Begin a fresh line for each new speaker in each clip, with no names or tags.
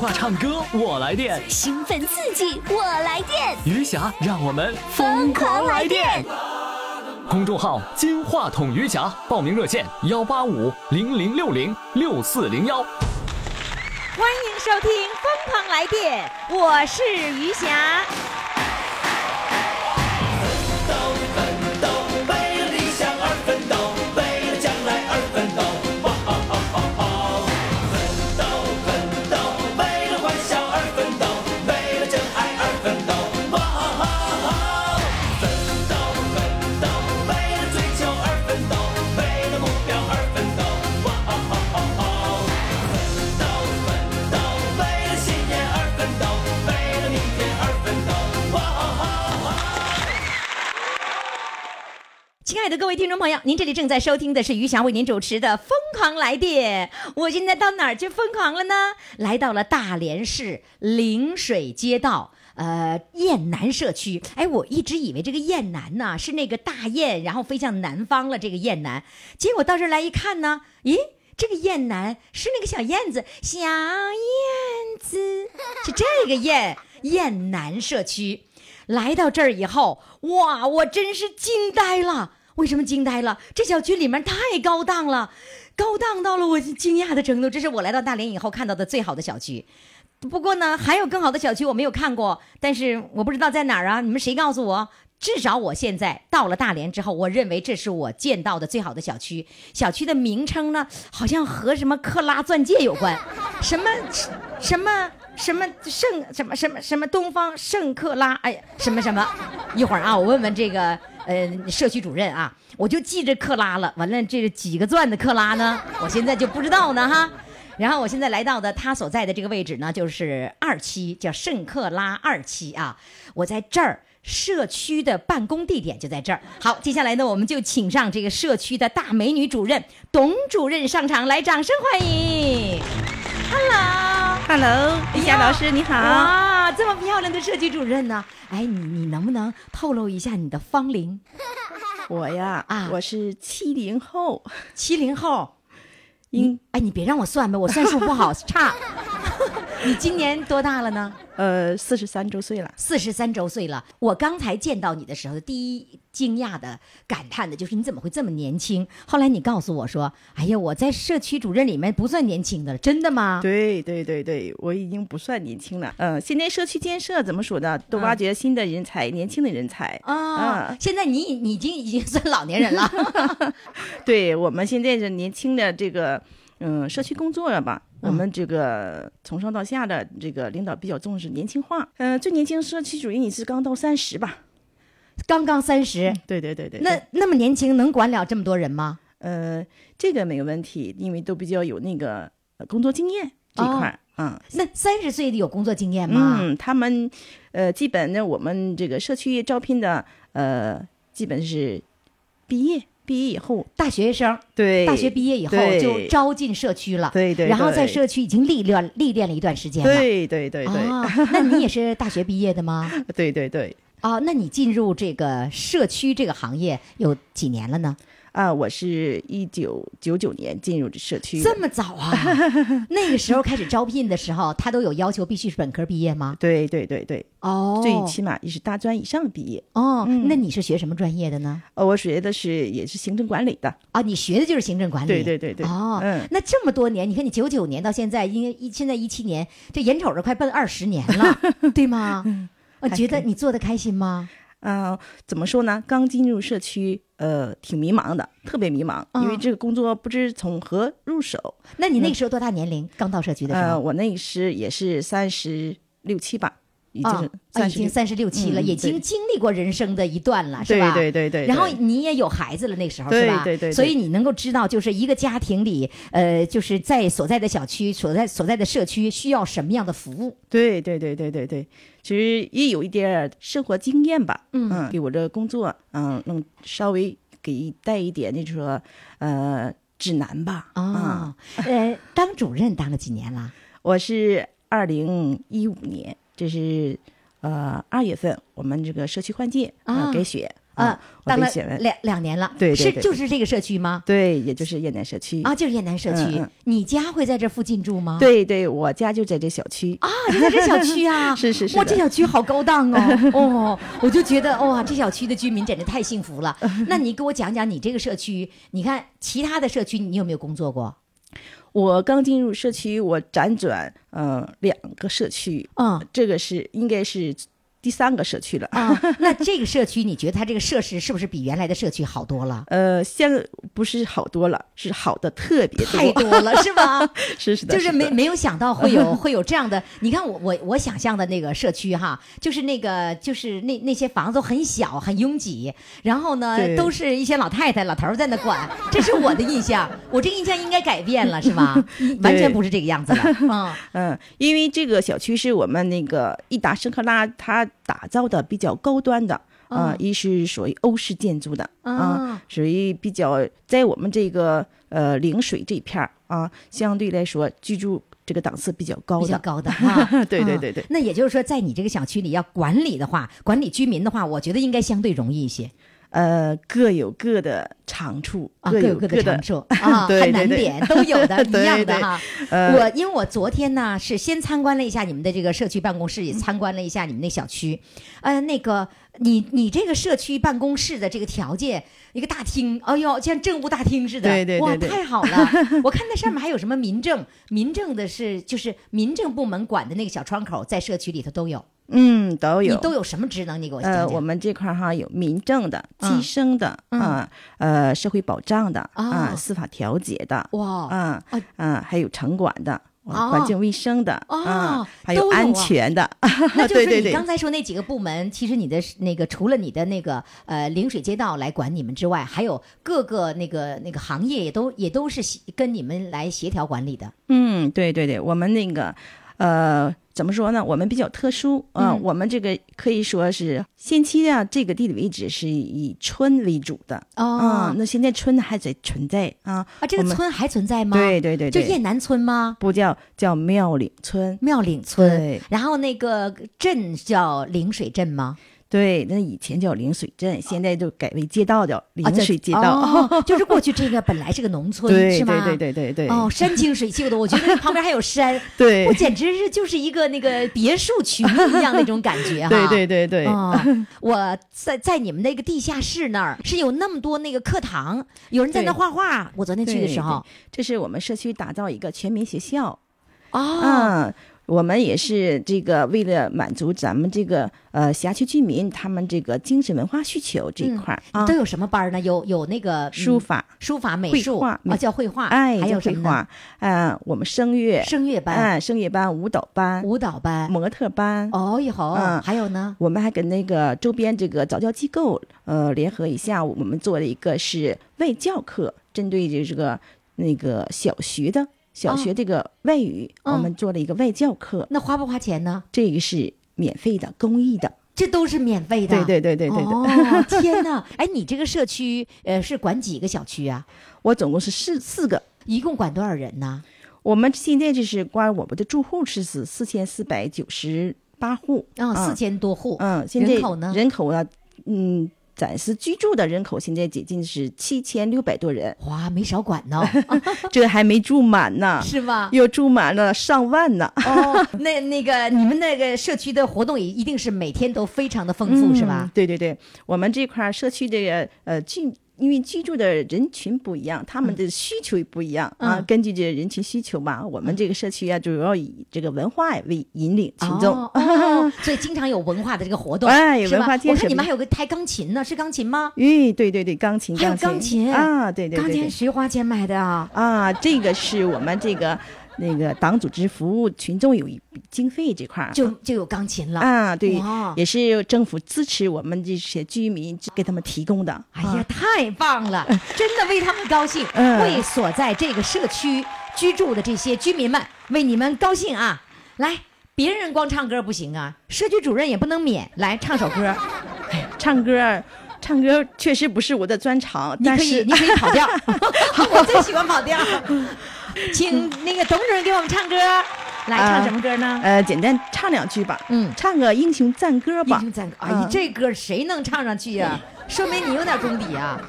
话唱歌我来电，
兴奋刺激，我来电，
余霞让我们疯狂来电。公众号“金话筒余霞”，报名热线：幺八五零零六零六四零幺。
欢迎收听《疯狂来电》，我是余霞。亲爱的各位听众朋友，您这里正在收听的是余霞为您主持的《疯狂来电》。我现在到哪儿去疯狂了呢？来到了大连市陵水街道。呃，雁南社区，哎，我一直以为这个雁南呐是那个大雁，然后飞向南方了。这个雁南，结果到这儿来一看呢，咦，这个雁南是那个小燕子，小燕子是这个雁，雁南社区。来到这儿以后，哇，我真是惊呆了！为什么惊呆了？这小区里面太高档了，高档到了我惊讶的程度。这是我来到大连以后看到的最好的小区。不过呢，还有更好的小区我没有看过，但是我不知道在哪儿啊！你们谁告诉我？至少我现在到了大连之后，我认为这是我见到的最好的小区。小区的名称呢，好像和什么克拉钻戒有关，什么什么什么圣什么什么什么东方圣克拉，哎呀，什么什么。一会儿啊，我问问这个呃社区主任啊，我就记着克拉了。完了，这几个钻的克拉呢，我现在就不知道呢哈。然后我现在来到的他所在的这个位置呢，就是二期，叫圣克拉二期啊。我在这儿，社区的办公地点就在这儿。好，接下来呢，我们就请上这个社区的大美女主任董主任上场，来，掌声欢迎。Hello，
Hello，李霞老 师你好。
哇，这么漂亮的社区主任呢？哎，你你能不能透露一下你的芳龄？
我呀，
啊
我是七零后，
七零后，你哎，你别让我算吧，我算数不好差。你今年多大了呢？
呃，四十三周岁了。
四十三周岁了。我刚才见到你的时候，第一惊讶的、感叹的就是你怎么会这么年轻？后来你告诉我说：“哎呀，我在社区主任里面不算年轻的了，真的吗？”
对对对对，我已经 不算年轻了。嗯，现在社区建设怎么说呢？都挖掘新的人才，年轻的人才。
啊、
嗯
现在你已你已经已经算老年人了。
对我们现在是年轻的这个，嗯，社区工作了吧？
嗯
我们这个从上到下的这个领导比较重视年轻化。嗯、最年轻社区主任也是刚到三十吧？嗯
刚刚三十，
对对对对。
那那么年轻，能管了这么多人吗？
呃，这个没有问题，因为都比较有那个呃工作经验这一
哦
块儿。嗯，
那三十岁的有工作经验吗？
嗯，他们呃，基本呢，我们这个社区招聘的呃，基本是毕业毕业以后，
大学生，
对
大学毕业以后
对
就招进社区了，
对对
然后在
对
社区已经历练历练了一段时间了。
对对对对、
啊，那你也是大学毕业的吗？
对对对
啊，那你进入这个社区这个行业有几年了呢？
啊，我是一九九九年进入这社区的，
这么早啊？ 那个时候开始招聘的时候，他都有要求必须是本科毕业吗？
对对对对，
哦，
最起码也是大专以上的毕业。嗯
哦，那你是学什么专业的呢？
呃，我学的是也是行政管理的，
啊，你学的就是行政管理。
对对对对，
哦，
嗯，
那这么多年，你看你九九年到现在，因为一现在一七年，这眼瞅着快奔二十年 了，对吗？
嗯
我觉得你做的开心吗？
啊、怎么说呢？刚进入社区，呃，挺迷茫的，特别迷茫，因为
嗯
这个工作不知从何入手。
那你那个时候多大年龄？刚到社区的时
呃，
候，
我那个时也是三十六七吧，已
啊
经
啊，
三
已
十、
经三十六七了，
嗯
已经
对
经历过人生的一段了，是
对
吧？
对对对。
然后
对
你也有孩子了，那时候
对
是吧？
对对对
所以你能够知道，就是一个家庭里，呃，就是在所在的小区、所在所在的社区需要什么样的服务。
对对对对对对，其实也有一点儿生活经验吧，
嗯
给我这工作，嗯，能稍微给带一点，就是说，呃，指南吧。啊、
啊、呃，当主任当了几年了？
我是二零一五年，这是呃二月份我们这个社区换届
啊
改选
呃
啊，，我
当
被
了
写完，
两两年了，
对对
啊是
对
就是这个社区吗？
对，也就是雁南社区
啊，就是雁南社区、
嗯嗯
你家会在这附近住吗？
对对，我家就在这小区
啊，就在这小 区啊，
是是是
哇，
的
这小区好高档哦，哦，我就觉得哇，这小区的居民简直太幸福 了。那你给我讲讲你这个社区，你看其他的社区你有没有工作过？
我刚进入社区，我辗转呃两个社区，
嗯
这个是应该是第三个社区了。
啊，那这个社区你觉得它这个设施是不是比原来的社区好多了？
呃，现在不是好多了，是好的特别
太
多，
多了是吧？
是是的，
就是
的
没没有想到会 有会有这样的。你看我我我想象的那个社区哈，就是那个就是那那些房子都很小很拥挤，然后呢
对
都是一些老太太老头儿在那管，这是我的印象。我这个印象应该改变了是吧？ 完全不是这个样子了。嗯，
嗯，因为这个小区是我们那个益达圣克拉它打造的比较高端的。啊、
嗯
一是属于欧式建筑的啊、
嗯
属于比较在我们这个呃陵水这片儿啊，相对来说居住这个档次比较高
比较
的。
高的哈。
对对
嗯
对对
那也就是说，在你这个小区里要管理的话，管理居民的话，我觉得应该相对容易一些。
呃，各有各的长处，
啊，
各
有
各
的长处 啊，
对
和
对
难
对
点都有的，一样
对
的
对
哈。
呃
我因为我昨天呢是先参观了一下你们的这个社区办公室，也参观了一下你们那小区。呃，那个你你这个社区办公室的这个条件，一个大厅，哎呦，像政务大厅似的，
对对对
哇，
对
太好 了！我看那上面还有什么民政，民政的是就是民政部门管的那个小窗口，在社区里头都有。
嗯，都有
你都有什么职能？你给我讲
呃，
讲。
我们这块儿哈有民政的、
嗯
计生的
嗯
啊、呃社会保障的啊、
哦
司法调解的
哇
啊
哦
啊，还有城管的、啊
哦
环境卫生的
哦
啊，还
都有啊
安全的，
那就是
对
说
对
你
对
刚才说那几个部门，其实你的是那个除了你的那个呃陵水街道来管你们之外，还有各个那个那个行业也都也都是协跟你们来协调管理的。
嗯，对对对，我们那个，呃，怎么说呢？我们比较特殊啊、
嗯
我们这个可以说是先期啊，这个地理位置是以村为主的啊、
哦，
那现在村还在存在啊，
啊，这个
我们
村还存在吗？
对对对
就
对，
雁南村吗？
不叫叫庙里村，
庙岭村，
对
然后那个镇叫陵水镇吗？
对，那以前叫陵水镇，现在就改为街道叫
啊
陵
这
水街道，
哦就是过去这个本来是个农村，
对
是吗？
对对对对对，
哦，山清水秀的，我觉得旁边还有山，
对
我简直是就是一个那个别墅群一样那种感觉哈。
对对对对，
哦，我在在你们那个地下室那儿是有那么多那个课堂，有人在那
对
画画。我昨天去的
对
时候，
这是我们社区打造一个全民学校。
哦，
嗯，我们也是这个为了满足咱们这个呃辖区居民他们这个精神文化需求这一块儿、啊
嗯都，有什么班呢？有有那个
书、
嗯
法、
书法、美
绘
术
画
啊，
美
叫绘画，
哎，
还有什
绘
么呢？
画，嗯，我们声乐，
声乐班、
嗯，声乐班、舞蹈班、
舞蹈班。
模特班。
哦哟吼
嗯，
还有呢？
我们还跟那个周边这个早教机构，呃，联合一下，我们做了一个是外教课，针对这个那个小学的小学这个外语，
哦嗯
我们做了一个外教课，
那花不花钱呢？
这个是免费的、公益的。
这都是免费的。
对对对对对对。
哦，天哪！哎， 你这个社区呃是管几个小区啊？
我总共是四四个。
一共管多少人呢？
我们现在就是光我们的住户是四四千四百九十八户，
啊，
嗯
四千多户。
嗯，现在
人口呢
人口呢，嗯，暂时居住的人口现在接近是七千六百多人，
哇，没少管呢，
这还没住满呢，
是吧？
又住满了上万呢，
哦，那那个你们那个社区的活动也一定是每天都非常的丰富，是吧
嗯？？对对对，我们这块儿社区的呃居。因为居住的人群不一样，他们的需求也不一样、啊。
嗯
根据这人群需求嘛，我们这个社区啊，主要以这个文化为引领群众。
哦 哦，所以经常有文化的这个活动，
哎有
是吧
文化建设
我看你们还有个弹钢琴呢，是钢琴吗？
咦，哎对对对，钢琴，
还有
钢
钢琴
啊，对对
钢
对
琴
对，
谁花钱买的啊？
啊，这个是我们这个那个党组织服务群众有一笔经费这块儿，
就就有钢琴了。
啊，对
哇，
也是政府支持我们这些居民给他们提供的。
哎
啊
呀，，太棒 了，真的为他们高兴，
嗯
为所在这个社区居住的这些居民们为你们高兴啊！来，别人光唱歌不行啊，社区主任也不能免，来唱首歌。
哎唱歌儿，唱歌儿确实不是我的专长，
你
但
可以，
是
你可以跑 调，我最喜欢跑调。请那个董主任给我们唱歌，来
啊
唱什么歌呢？
呃，简单唱两句吧，
嗯
唱个英雄赞歌
英
吧
哎
啊
雄，赞歌，哎，这歌谁能唱上去呀？说明你有点功底啊。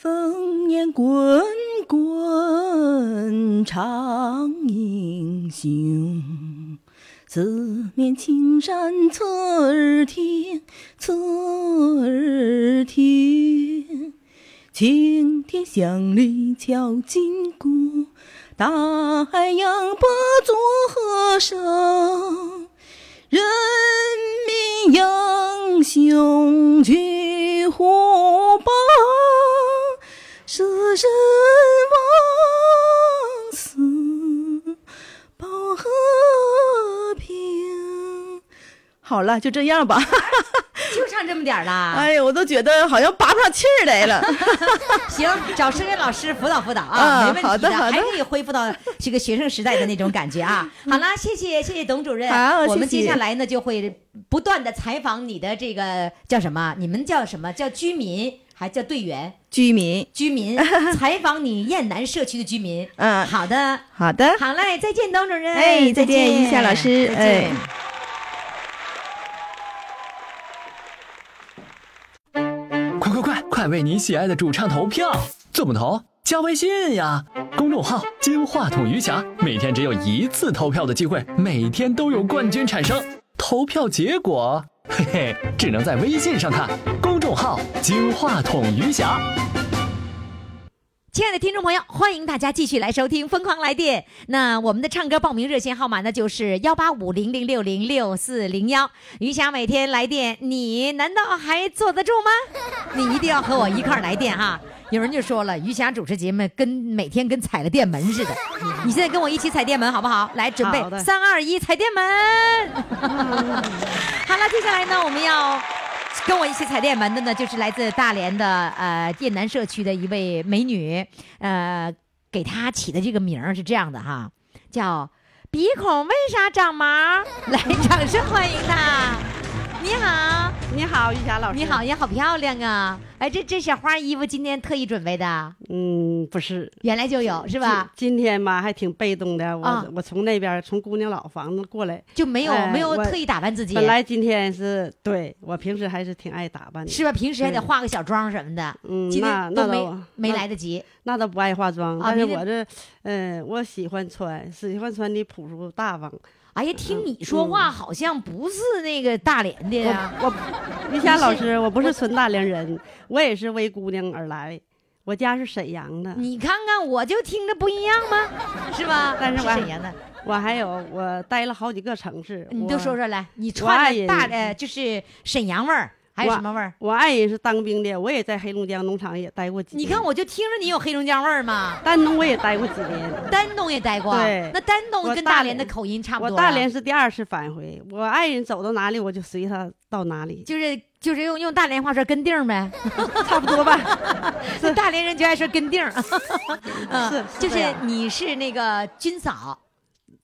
烽烟滚滚长英雄，四面青山侧耳听，侧耳听。青天响里敲金鼓，大海扬波作和声。人民英雄去虎豹，舍身忘死保和平。 好了，就这样吧。
就唱这么点儿啦。
哎呀，我都觉得好像拔不上气儿来了。
行，找声乐老师辅导辅导
啊
啊，没问题
好的好的
还可以恢复到这个学生时代的那种感觉 啊。好了，谢谢谢谢董主任，
好
我们
谢谢
接下来呢就会不断的采访你的这个叫什么？你们叫什么叫居民？还叫队员、
居民，
居 民采访你雁南社区的居民。
嗯
好的，
好的，
好嘞，再见，董主任。
哎，再见，
见，
一夏老师，
再
哎
见。。
快快快，快为你喜爱的主唱投票！怎么投？加微信呀，公众号“金话筒余霞”，每天只有一次投票的机会，每天都有冠军产生。投票结果，嘿嘿，只能在微信上看。公众号“金话筒余霞”。
亲爱的听众朋友，欢迎大家继续来收听《疯狂来电》。那我们的唱歌报名热线号码呢，就是幺八五零零六零六四零幺。余霞每天来电，你难道还坐得住吗？你一定要和我一块儿来电哈。啊有人就说了，余霞主持节目跟每天跟踩了电门 似的。你现在跟我一起踩电门好不好？来，准备
好的
三二一，踩电门。 好了，接下来呢，我们要跟我一起踩电门的呢，就是来自大连的呃雁南社区的一位美女，呃，给她起的这个名儿是这样的哈，叫“鼻孔为啥长毛”， 来，掌声欢迎她。你好，
你好，玉霞老师。
你好，，你好漂亮啊！哎，这这小花衣服今天特意准备的，
嗯，不是，
原来就有是吧？
今今天吧，还挺被动的。我、
啊
我从那边从姑娘老房子过来，
就没有、
哎
没有
我
特意打扮自己，
本来今天是对我平时还是挺爱打扮的。
是吧？平时还得
对
化个小妆什么的，
嗯，
今
那
天
那
都
倒
没没来，得及。
那那倒不爱化妆。
啊
但是
明天
我这，嗯、我喜欢穿，喜欢穿的朴素大方。嗯
哎呀，听你说话好像不是那个大连的呀、
我我，玉霞老师，我不是纯大连人，我也是为姑娘而来。我家是沈阳的，
你看看，我就听着不一样吗？是吧？
但是我
沈阳的，嗯
我还有我待了好几个城市。
你
我
都说说来，你
我爱
穿着
人
大呃，就是沈阳味儿，还有
我
什么味儿？
我爱人是当兵的，我也在黑龙江农场也待过几
你
年。
看，我就听着你有黑龙江味儿嘛。
丹东我也待过几年。
丹东也待过，啊
对
那丹东
我
跟
大
大连的
连
口音差不
我
多。啊
大连是第二次返回，我爱人走到哪里，我就随他到哪里，
就是就是用用大连话说跟腚儿 呗，
差不多 吧。
大连人就爱说 跟腚儿， 嗯，
是
就是
这样
你是那个军嫂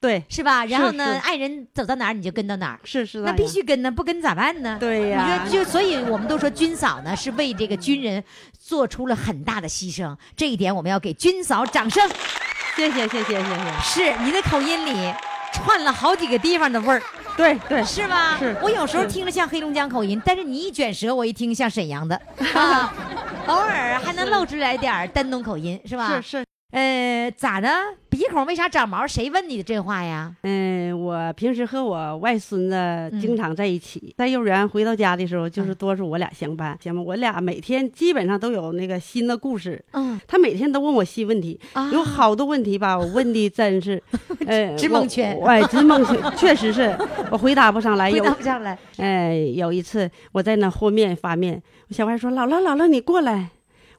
对，
是吧？然后
是
呢，
是
爱人走到哪儿你就跟到哪儿，
是是
那
样
必。须跟呢，不跟咋办呢？
对呀
你说就所以我们都说军嫂呢是为这个军人做出了很大的牺牲，这一点我们要给军嫂掌声。
谢谢谢谢谢谢。
是你的口音里串了好几个地方的味儿，
对对，
是吧？
是
我有时候
是
听着像黑龙江口音，但是你一卷舌，我一听像沈 阳的，啊、偶尔还能露出来点儿丹东口音，是吧？
是是。
呃，咋的？鼻孔为啥长毛？谁问你的这话呀？
嗯，我平时和我外孙子
嗯
经常在一起，在幼儿园回到家的时候，就是
嗯
多数我俩相伴，行吗？我俩每天基本上都有那个新的故事，
嗯，
他每天都问我新问题，
啊
有好多问题吧，我问的 真是，呃，
直蒙圈
我哎，直蒙圈，确实是我回答不上来。
回
有
答不上来。
哎，有一次我在那和面发面，我小孩说：“姥姥，姥姥，你过来。”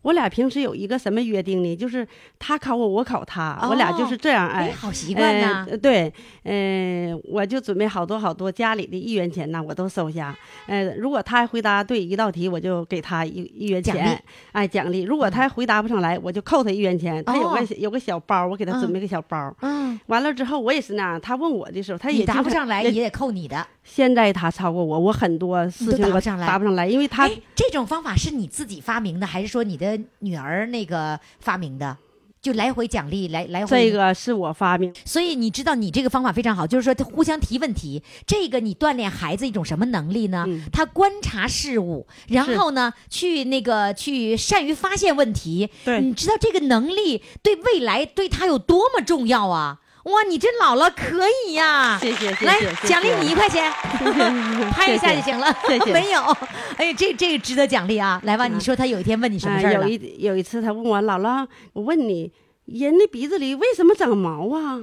我俩平时有一个什么约定呢？就是他考我，我考他，
哦
我俩就是这样
哎，
哎。
好习惯呐、
呃对，嗯、我就准备好多好多家里的一元钱呐，我都收下。呃，如果他回答对一道题，我就给他一一元
奖
钱
励，嗯
哎，奖励。如果他回答不上来，我就扣他一元钱。他有个、
哦
有个小包，我给他准
嗯
备个小包。
嗯，
完了之后，我也是那样。他问我的时候，他也
你答
经
不
常
上来也得扣你的。
现在他超过我，我很多事
你都
情
答不
我
上来哎
答不上来，因为他
哎，这种方法是你自己发明的，还是说你的女儿那个发明的？就来回奖励，来来回。
这个是我发明，
所以你知道，你这个方法非常好，就是说他互相提问题，这个你锻炼孩子一种什么能力呢？
嗯
他观察事物，然后呢，去那个去善于发现问题。
对
你知道这个能力对未来对他有多么重要啊！哇，你这姥姥可以呀、
谢谢谢谢，
来
谢谢
奖励你一块 钱，拍一下就行了。
谢谢
没有， 哎呀，这这个值得奖励啊！来吧，你说他有一天问你什么
啊
事儿
有
了？
一有一次，他问我姥姥，我问你，人的鼻子里为什么长毛啊？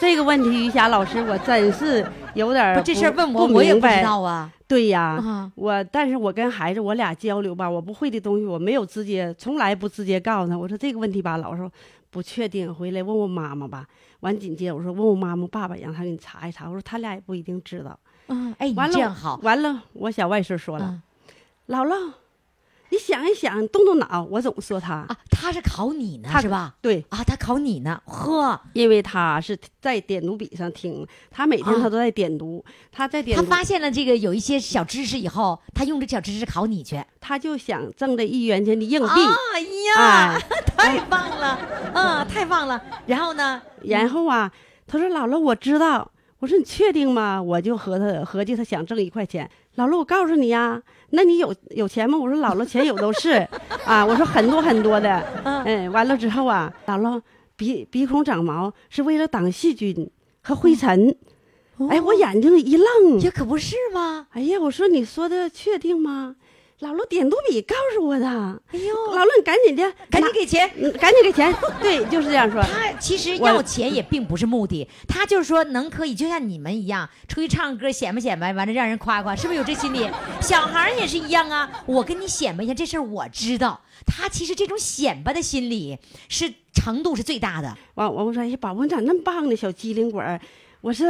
这个问题，于霞老师，我真是有点儿
不，这事儿问我，
不
我也
明
不知
白
道啊。
对呀，
啊
我但是我跟孩子我俩交流吧，我不会的东西我没有直接，从来不直接告诉他。我说这个问题吧，老师说不确定，回来问问妈妈吧。完紧接着我说问问妈妈、爸爸，让他给你查一查。我说他俩也不一定知道。
嗯，哎，你
完了
这样好。
完了，我小外孙说了，
嗯
姥姥，你想一想，动动脑。我总说他，
啊，他是考你呢
他
是吧？
对，
啊，他考你呢，呵，
因为他是在点读笔上听，他每天
啊
他都在点读，他在点
他
读，
发现了这个有一些小知识以后，他用这小知识考你去。
他就想挣这一元钱的硬币。
哎呀，
哎，
太棒了，嗯，太棒了。然后呢，
然后啊，他说：“姥姥，我知道。”我说：“你确定吗？”我就和他合计，他想挣一块钱。姥姥，我告诉你呀、那你有有钱吗？我说：“姥姥，钱有都是 啊。”我说：“很多很多的。”嗯，完了之后啊，姥姥鼻鼻孔长毛是为了挡细菌和灰尘。哎，我眼睛一愣，
哦这可不是吗？
哎呀，我说你说的确定吗？姥姥点读笔告诉我的。
哎呦，
姥姥，你赶紧的，
赶紧给钱。
给，赶紧给钱。对，就是这样说。
他其实
我
要钱也并不是目的，他就是说能可以，就像你们一样出去唱歌显摆显摆，完了让人夸夸，是不是有这心理？小孩儿也是一样啊，我跟你显摆一下这事儿我知道，他其实这种显摆的心理是程度是最大的。
完，完我说，哎呀，宝宝你咋那么棒呢，小机灵鬼儿。我说，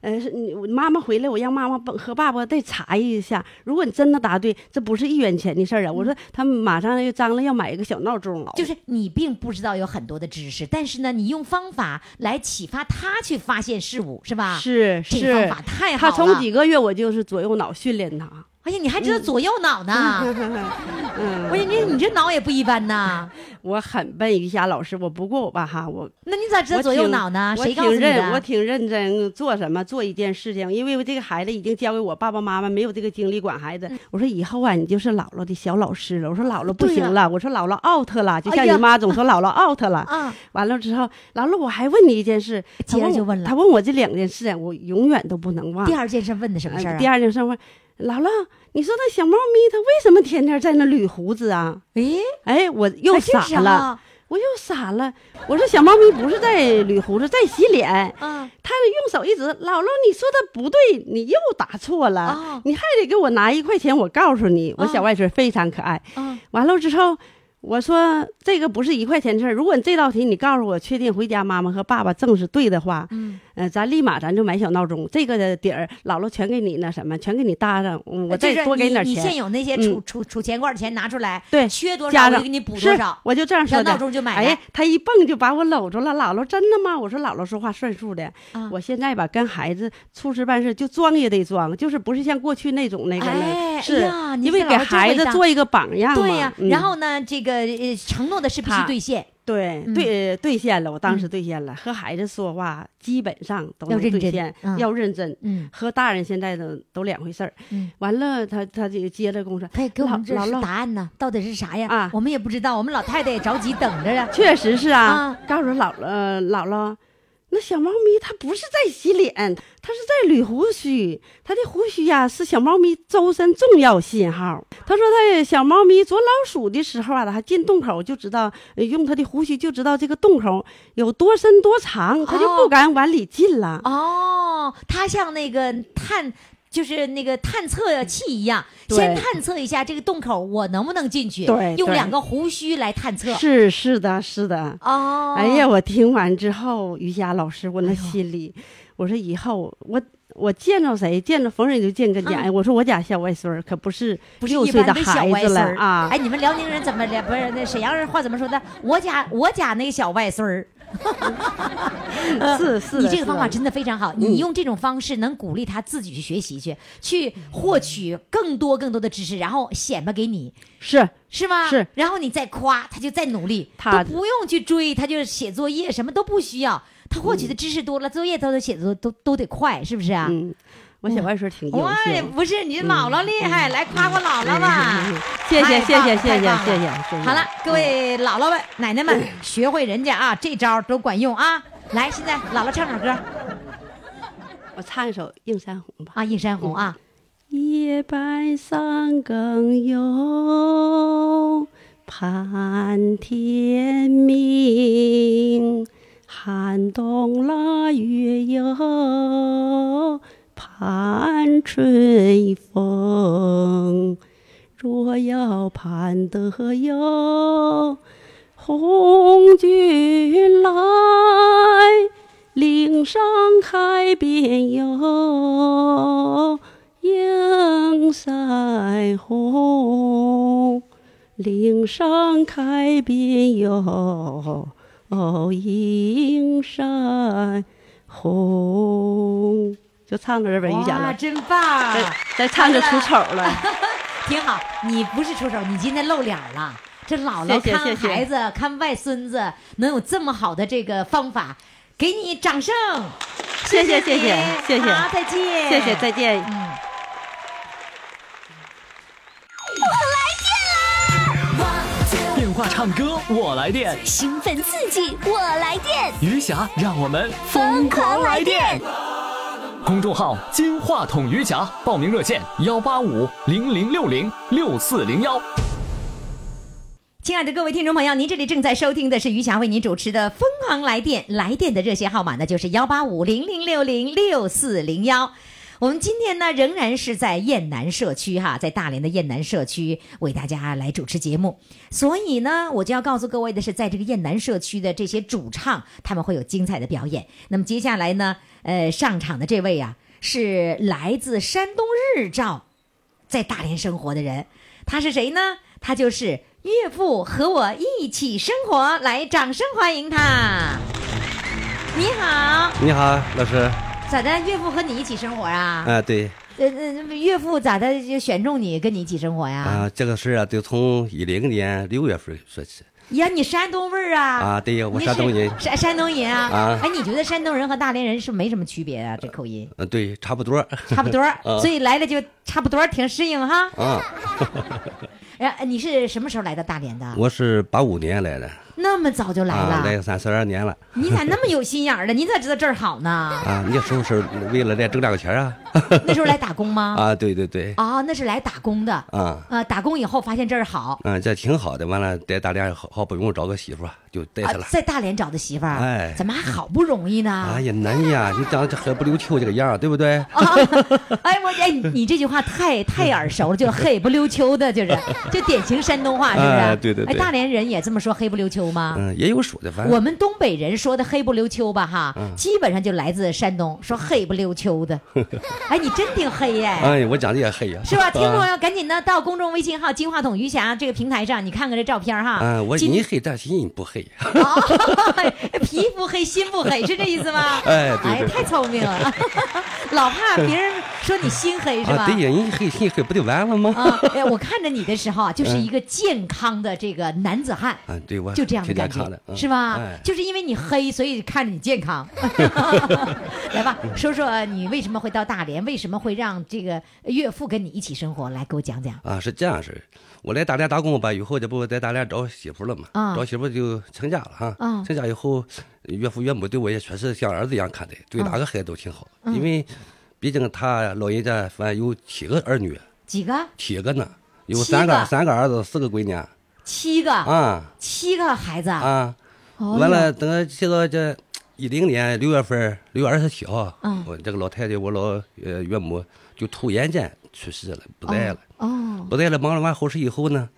呃，是你我妈妈回来，我让妈妈帮和爸爸再查一下。如果你真的答对，这不是一元钱的事儿啊！我说，他们马上又张罗要买一个小闹钟，
嗯就是你并不知道有很多的知识，但是呢，你用方法来启发他去发现事物，是吧？
是
啊这
是
个方，法太好
他
了。
从几个月我就是左右脑训练他，
哎呀，你还知道左右脑 呢？
嗯，
我说你你这脑也不一般呐。
我很笨，于霞老师，我不过我吧哈，我
那你咋知道
我
左右
挺
脑呢？
我
谁
挺
告诉你的？
认，我挺认真做什么做一件事情，因为我这个孩子已经交给我爸爸妈妈，没有这个精力管孩子。
嗯
我说以后啊，你就是姥姥的小老师了。我说姥姥不
对呀
行了，我说姥姥 out 了，就
哎
像
呀
你妈总说姥姥 out 了。
啊，
完了之后，姥姥我还问你一件事，她
接着
我
就问了
她问我这两件事，我永远都不能忘
第。二件事问的什么事儿
呃
啊？
第二件事问姥姥，你说那小猫咪它为什么天天在那捋胡子啊？
诶，
哎，我又
还真是
傻了，
啊
我又傻了。我说小猫咪不是在捋胡子，在洗脸。
啊，
他用手一指，姥姥，你说的不对，你又打错了，
哦
你还得给我拿一块钱，我告诉你，我
哦
小外孙非常可爱。
嗯
完了之后，我说这个不是一块钱的事儿，如果你这道题你告诉我确定回家妈妈和爸爸正是对的话，
嗯，
呃，咱立马咱就买小闹钟，这个的底儿姥姥全给你那什么，全给你搭上，嗯我
呃就
再
是
多给
你
点
你现
钱，
有那些
嗯
储储储钱罐的钱拿出来，
对
缺多少
加
我
上
就给你补
是
多少，
我就这样
小
说
闹
的。
钟就买
哎
了
呀。，他一蹦就把我搂住了。姥姥，真的吗？我说姥姥说话算数的。
啊
我现在吧，跟孩子出去办事就装也得装，就是不是像过去那种那个
哎
了，
哎
是
呀你
因为
这
给
老师真
孩
伟
子
大
做一个榜样嘛。
对呀、
嗯
然后呢，这个呃承诺的是必须
他
兑现，
对
嗯
兑呃兑现了，我当时兑现了，和孩子说话基本上都
要
能
认
兑
真
现
嗯，
要认真。
嗯，
和大人现在都都两回事儿
嗯。
完了，他他就接着跟我说，
他也给我们这
老
是
老
答案呢，到底是啥呀？
啊
我们也不知道，我们老太太也着急等着呀。
确实是
啊
啊，告诉姥呃姥姥，那小猫咪它不是在洗脸，它是在捋胡须。它的胡须呀、是小猫咪周身重要信号。他说在小猫咪捉老鼠的时候啊，它进洞口就知道，呃用它的胡须就知道这个洞口有多深多长，它就
哦
不敢往里进了。
哦，他像那个探，就是那个探测器一样，
对
先探测一下这个洞口我能不能进去，
对
用
对
两个胡须来探测。
是是的，是的。
哦，
哎呀，，我听完之后，于霞老师，我
哎
那
呦
心里，我说以后我我见着谁，见着逢人就见跟前。哎、我说我家小外孙儿可不是
嗯不是
六
一
岁
般
的
的小
孩
外
子
孙
了
儿哎
啊！
哎，你们辽宁人怎么了？不是那沈阳人话怎么说的？我家我家那个小外孙儿，呃
是是的，
你这个
是
方
的嗯
法真的非常好，你用这种方式能鼓励他自己去学习去，去获取更多更多的知识，然后显摆给你，
是
是吗？
是。
然后你再夸，他就再努力，
他
都不用去追，他就写作业，什么都不需要。他获取的知识多了，作业他的写作都都得快，是不是啊？
嗯，我小外孙挺优
哇，
秀。
不是你姥姥厉害，
嗯
来夸夸姥姥吧。
谢谢谢谢谢
太
谢谢谢
棒了
谢谢。
好了，各位姥姥们、奶奶们，学会人家啊，这招都管用啊！来，现在姥姥唱首歌
我唱一首《映山红》吧。嗯
啊，《映山红》啊，
夜半三更有盼天明，寒冬腊月有盼春风。若要盼得哟，红军来，岭上开遍哟，映山红。岭上开哦遍哟，映山红。就唱到这本儿，于霞
哇，
了，
真棒，
再唱就出丑了。
挺好。你不是出手，你今天露脸了。这姥姥
谢谢
看
谢谢
孩子、看外孙子，能有这么好的这个方法，给你掌声！
谢谢谢
你
谢谢谢
好，再见，
谢谢，再见。
嗯。
电话唱歌我来电，
兴奋刺激，我来电！
余霞让我们
疯狂来电！
公众号“金话筒余霞”，报名热线：幺八五零零六零六四零幺。
亲爱的各位听众朋友，您这里正在收听的是于霞为您主持的《疯狂来电》，来电的热线号码呢就是幺八五零零六零六四零幺。我们今天呢仍然是在燕南社区哈，在大连的燕南社区为大家来主持节目。所以呢，我就要告诉各位的是，在这个燕南社区的这些主唱，他们会有精彩的表演。那么接下来呢，呃，上场的这位啊，是来自山东日照在大连生活的人，他是谁呢？他就是岳父和我一起生活，来，掌声欢迎他。你好，
你好，老师。
咋的？岳父和你一起生活啊？
啊，对
呃呃，岳父咋的就选中你跟你一起生活呀？
啊，这个事儿啊，得从一零年六月份说起
哎呀，你山东味儿啊？
啊。对呀，我
你
山东人
是，山山东人啊？
啊
哎，你觉得山东人和大连人是没什么区别啊？这口音
嗯，对，差不多儿
差不多儿，
啊
所以来了就差不多儿，挺适应哈。
啊。
哎呀，你是什么时候来到大连的？
我是八五年来的
那么早就来了？
啊，来三十二年了
你咋那么有心眼儿呢？你咋知道这儿好呢？
啊。那时候是为了来挣点钱啊。
那时候来打工吗？
啊，对对对
啊，那是来打工的。
啊。
呃，打工以后发现这儿好，
嗯，这挺好的。完了，在大连好好不容易找个媳妇儿，就带
啊
她了，。
在大连找的媳妇儿，
哎
怎么还好啊不容易呢？
哎呀，难呀！你长得还不溜秋这个样儿，对不对？
啊，哎，我哎，你你这句话太太耳熟了，就是黑不溜秋的，就是就典型山东话，是不是？
哎对对对
哎，大连人也这么说黑不溜秋吗？
嗯，也有说的，反嗯
我
正
们东北人说的黑不溜秋吧，哈，基本上就来自山东，说黑不溜秋的。哎，你真挺黑 耶、
哎，我长得也黑呀，
是吧？听众
啊
朋友，赶紧呢到公众微信号“金话筒余霞”这个平台上，你看看这照片儿哈。
啊，我
今
你黑，但心不黑。
哦，皮肤黑心不黑，是这意思吗？
哎对对对
太聪明了， 老怕别人说你心黑 是吧？
啊，对呀，你黑心黑不就完了吗？
啊哎，我看着你的时候啊，
嗯
就是一个健康的这个男子汉。
啊，对我
就这样的
挺
感
健
觉
康的，，嗯
是吧？
哎
就是因为你黑，所以看着你 健康。来吧，
嗯
说说你为什么会到大连，为什么会让这个岳父跟你一起生活？来，给我讲讲。
啊，是这样式儿我来大连打工吧，以后这不在大连找媳妇了嘛？
啊
找媳妇就成家了哈。
啊
成家以后，岳父岳母对我也确实像儿子一样看待，对哪个孩子都挺好。
嗯
因为，毕竟他老人家反正有七个儿女，
几个？
七个呢，有
七
三
个
三个儿子，四个闺女
七个？
啊
七个孩子？
啊。
哦
完
哟
了，等去到这一零年六月份，六月二十七号
嗯，
我这个老太太，我老呃岳母就突然间去世了，不在了。
哦，
不在了，忙了完后事以后呢，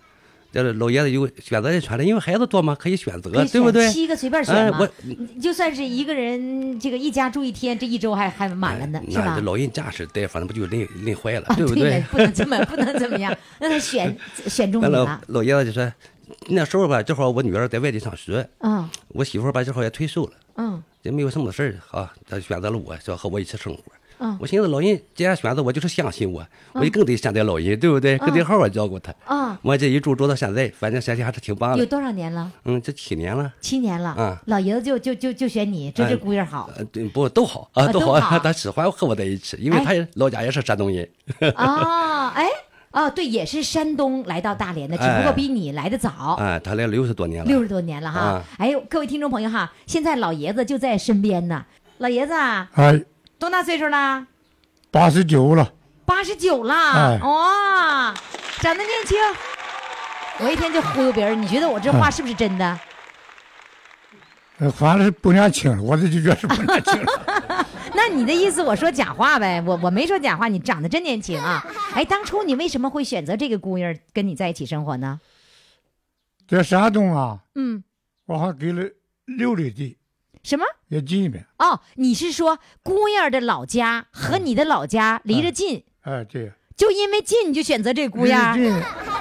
这老爷子有选择的权利，因为孩子多嘛，可以选择，
可以
对不
选
对？
七个随便
哎
选嘛嗯
我，
你就算是一个人，这个一家住一天，这一周还还满了呢，是
哎那
吧
这？老人家是带，反正不就累累坏了，
啊，
不
对
对
了？不能这么，不能怎么样，让他选选中你
完
了
了，。老爷子就说：“那时候吧，正好我女儿在外地上学，
嗯
我媳妇儿吧正好也退休了，
嗯
也没有什么事儿啊，她选择了我，说和我一起生活。
嗯
我寻思老人既然选择我，就是相信我，我就更得善待老人，对不对？更得
嗯
好好照顾他。
啊，
我这一住住到现在，反正现在还是挺棒
有
的。
多少年了？
嗯，这七年了，
七年了。
啊
老爷子就就就就选你，这这
嗯
姑爷好
呃，对，不都好
啊
啊，都
都 好
好。他喜欢和我在一起，因为
哎
他也老家也是山东人。
啊！哎哦，对，也是山东来到大连的，只不过
哎
比你来的早。
啊，他来六十多年了。
六十多年了哈
啊。
哎呦，各位听众朋友哈，现在老爷子就在身边呢。老爷子啊
哎，
多大岁数啦？
八十九了，
八十九
哎
啦！哇，长得年轻。我一天就忽悠别人，你觉得我这
哎
话是不是真的？
呃反正是不年轻了，我这就觉得是不 年轻了。
那你的意思我说假话呗？我我没说假话，你长得真年轻 啊！哎，当初你为什么会选择这个姑娘跟你在一起生活呢？
在山东啊，
嗯，
我还给了六里地，
什么？
也近呗。
哦，你是说姑娘的老家和你的老家离着近，
哎，对，
就因为近你就选择这姑
离得
娘，
近，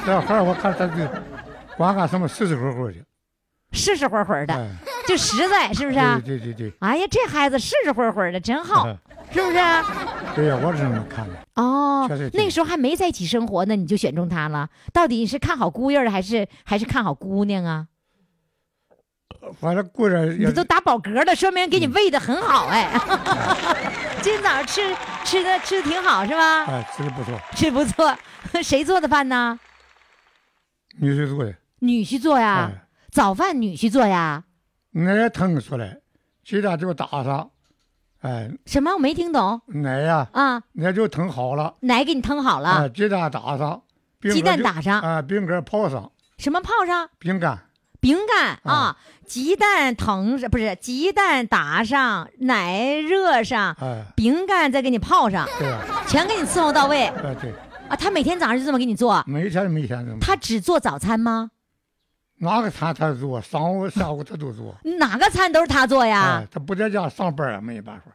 这孩儿我看他这，光干什么实实活活的。
是是活活的，
哎，
就实在，是不是啊？
对对对对，
哎呀，这孩子是是活活的，真好，
哎
是不是啊？
对呀，我是这么看的。
哦
确实，挺
那个时候还没在一起生活呢，你就选中他了？到底你是看好姑爷儿还是还是看好姑娘啊？
反正过着也嗯
你都打饱嗝了，说明给你喂的很好哎。 今天早上吃吃的吃的挺好是吧？
哎，吃的不错，
吃不错，谁做的饭呢？
女婿做的。
女婿做呀，
哎，
早饭女婿做呀。
奶也腾出来，其他就打上。哎，
什么？我没听懂
奶呀，
啊！
奶就腾好了，
奶给你腾好了，
哎，鸡蛋打上，饼
鸡
干
蛋
就
打上
啊，饼干泡上，
什么泡上？
饼干。
饼干
啊
啊，鸡蛋腾上不是鸡蛋打上，奶热上，
哎，
饼干再给你泡上，
对呀，
全给你伺候到位
哎对，
啊！他每天早上就这么给你做，
每天每天这么。
他只做早餐吗？
哪个餐他做，上午下午他都做。
哪个餐都是他做呀？
哎，他不在家上班也没办法，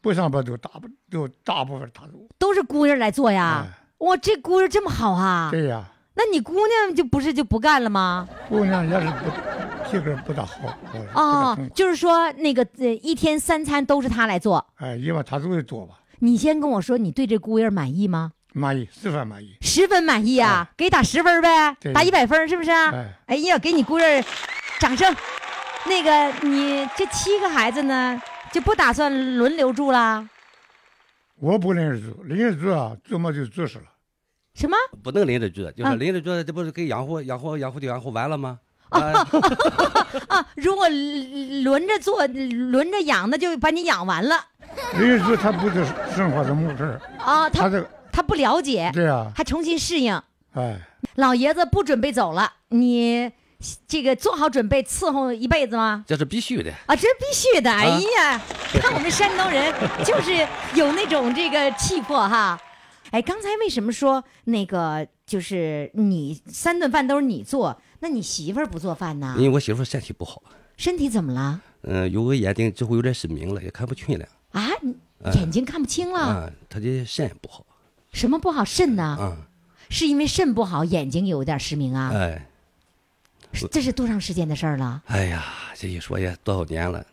不上班都大部都大部分他做。
都是姑娘来做呀。
哎
哇，这姑娘这么好啊？
对呀，
那你姑娘就不是就不干了吗？
姑娘也是不性格不大好，哎不大
哦
痛，快
就是说那个呃，一天三餐都是她来做。
哎，因为他做的多吧，
你先跟我说，你对这姑娘满意吗？
满意，十分满意。
十分满意啊，给打十分呗
哎对，
打一百分是不是啊？
哎，
哎呀，给你姑娘掌声。那个，你这七个孩子呢，就不打算轮流住啦？
我不认识做，认识做啊，做么就做死了。
什么？
不能临着住，就
啊
是临着住，这不是给养活养活养活就养活完了吗？啊，
啊，如果轮轮着做、轮着养，那就把你养完了
认识做他不知生活怎么回事儿，
啊。
他
他
这个
他不了解，
对啊呀，
还重新适应。
哎，
老爷子不准备走了，你这个做好准备伺候一辈子吗？
这是必须的。
啊，这是必须的！哎
啊
呀，看我们山东人就是有那种这个气魄哈。哎，刚才为什么说那个就是你三顿饭都是你做，那你媳妇儿不做饭呢
因？为我媳妇儿身体不好，
身体怎么了？
嗯、有个眼睛几乎有点失明了，也看不清了。
啊，
哎
你眼睛看不清了，
啊，她的肾也不好。
什么不好？肾呢？
啊，
是因为肾不好，眼睛有点失明啊？
哎，
是这是多长时间的事儿了？
哎呀，这一说也多少年了。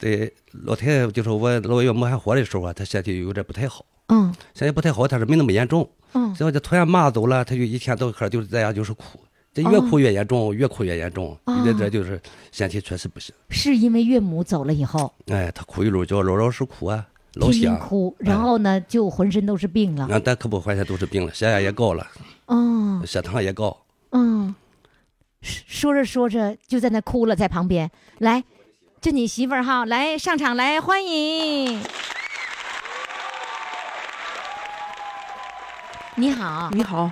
这老太太就是我老岳母还活的时候啊，她身体有点不太好，
嗯
身体不太好，但是没那么严重。
嗯
然后就突然骂走了，她就一天到黑就是这样，就是哭，这越哭越严重，越哭越严重，
哦
这这就是身体确实不行。
是因为岳母走了以后
哎，她哭一路叫老老实哭啊，老
天天
想。
哭，然后呢就浑身都是病了。
啊，但可不怀，她都是病了，血压也高了，
嗯
血糖也高。
嗯，说着说着就在那哭了，在旁边来，这你媳妇儿哈，来上场来欢迎。你好，嗯
你好，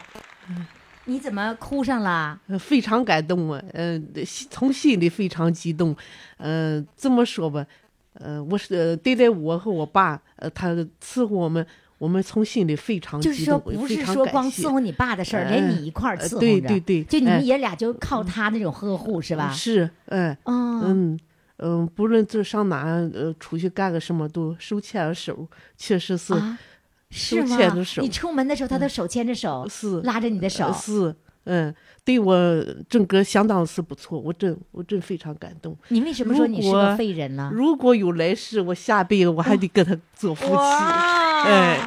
你怎么哭上了？
呃非常感动啊，呃，心从心里非常激动，呃，这么说吧，呃，我是呃对待我和我爸，呃，他伺候我们，我们从心里非常
就是
激
说，
动，
不
非
是
常
说
感
光
谢
伺候你爸的事儿，
哎
连你一块儿
呃
伺候着。
对对对
就你
哎
们爷俩就靠他那种呵护是吧？
是，
哎
嗯
嗯，
嗯
呃
嗯，不论这上哪呃出去干个什么，都手牵着手，确实是、
啊，是
手
吗
牵着？手
呃
你出门的时候，他都手牵着手，
是
拉着你的手啊
呃。是
嗯，对我郑哥相当是不错，我真我真非常感动。
你为什么说你是个
如果
废人呢？哦
如果有来世，我下辈子我还得跟他做夫妻。 哎，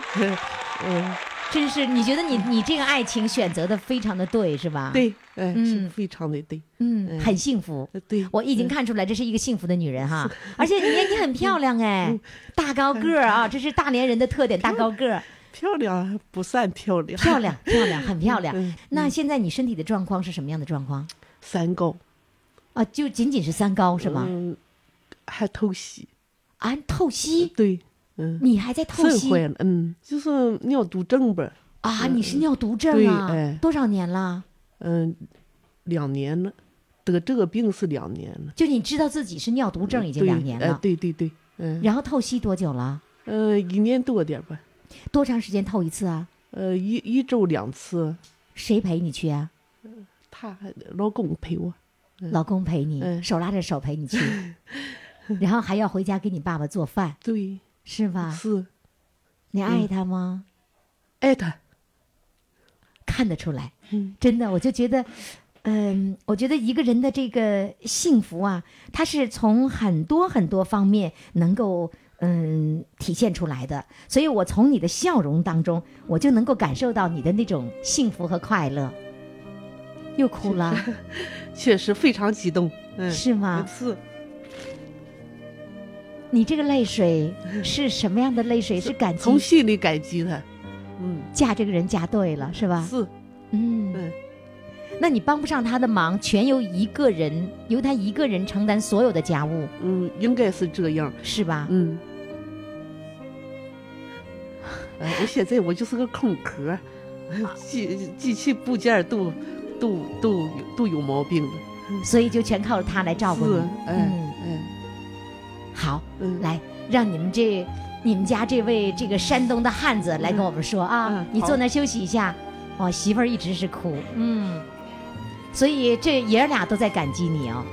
嗯，
真是，你觉得你你这个爱情选择的非常的对，是吧？，
对，哎，是
嗯
非常的对，
嗯，
嗯
很幸福。
呃对。
我已经看出来，这是一个幸福的女人哈，而且你你很漂
嗯
亮哎，大高个儿啊，这是大连人的特点，大高个儿，
漂亮啊不算漂亮，
漂亮漂亮，很漂亮。
嗯，
那现在你身体的状况是什么样的状况
三高
啊？就仅仅是三高是吗？
嗯，还透析，
啊，透析，
对，嗯，
你还在透
肾
析
坏了，嗯，就是尿毒症吧，
啊？你是尿毒症
嗯对
啊
哎？
多少年了？
嗯，两年了，得这个病是两年了，
就你知道自己是尿毒症已经
对
两年
哎
了，
对对对，嗯
然后透析多久了？
呃，一年多点吧，
多长时间透一次啊？
呃，一一周两次，
谁陪你去啊？
他还老公陪我，
老公陪你，
嗯
手拉着手陪 你去，然后还要回家给你爸爸做饭，
对，
是吧？
是嗯
你爱他吗？
爱他，
看得出来
嗯，
真的，我就觉得，嗯、我觉得一个人的这个幸福啊，它是从很多很多方面能够。嗯，体现出来的，所以我从你的笑容当中，我就能够感受到你的那种幸福和快乐。又哭了，
确实非常激动，嗯，
是吗？
是
你这个泪水是什么样的泪水？是感情
从心里感激他，嗯，
嫁这个人嫁对了，是吧？
是
嗯
嗯，
那你帮不上他的忙，全由一个人，由他一个人承担所有的家务，
嗯，应该是这样，
是吧？
嗯。哎，我现在我就是个空壳儿，哎机机器部件儿都都都有都有毛病了。
所以就全靠他来照顾
嗯是
你。
哎
嗯，
哎
好，
嗯，
来让你们这你们家这位这个山东的汉子来跟我们说啊，
嗯
你
好
坐那儿休息一下。我媳妇儿一直是哭，嗯，所以这爷儿俩都在感激你哦。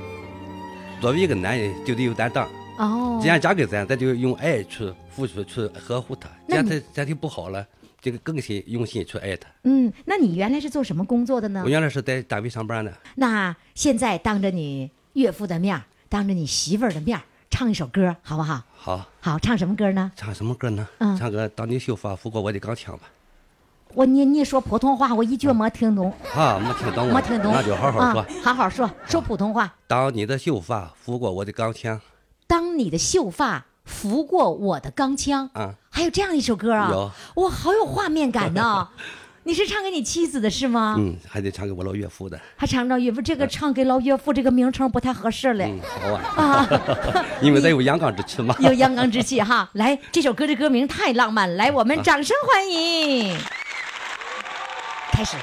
作为一个男人，就得有担当。
哦，
既然嫁给咱，咱就用爱去付出、去呵护他。既
那
然
你
他家庭不好了，这个更心用心去爱他。
嗯，那你原来是做什么工作的呢
我？原来是在单位上班呢，
那现在当着你岳父的面儿，当着你媳妇儿的面儿，唱一首歌好不好？
好
好，唱什么歌呢？
唱什么歌呢？
嗯
唱个《当你秀发拂过我的钢枪》吧。
我你你说普通话，我一句没听懂，
啊，没听懂啊，
嗯没听懂。
那就好好说。嗯
啊，好好说，说普通话。
当你的秀发拂过我的钢枪
当你的秀发拂过我的钢枪，
啊，
还有这样一首歌啊，
有
哇，好有画面感 呢、你是唱给你妻子的是吗？
嗯，还得唱给我老岳父的。
还唱到岳父这个唱给老岳父这个名称不太合适嘞
嗯，好啊，
啊，
因为咱有阳刚之气嘛。
有阳刚之气哈。来，这首歌的歌名太浪漫，来，我们掌声欢迎。开始，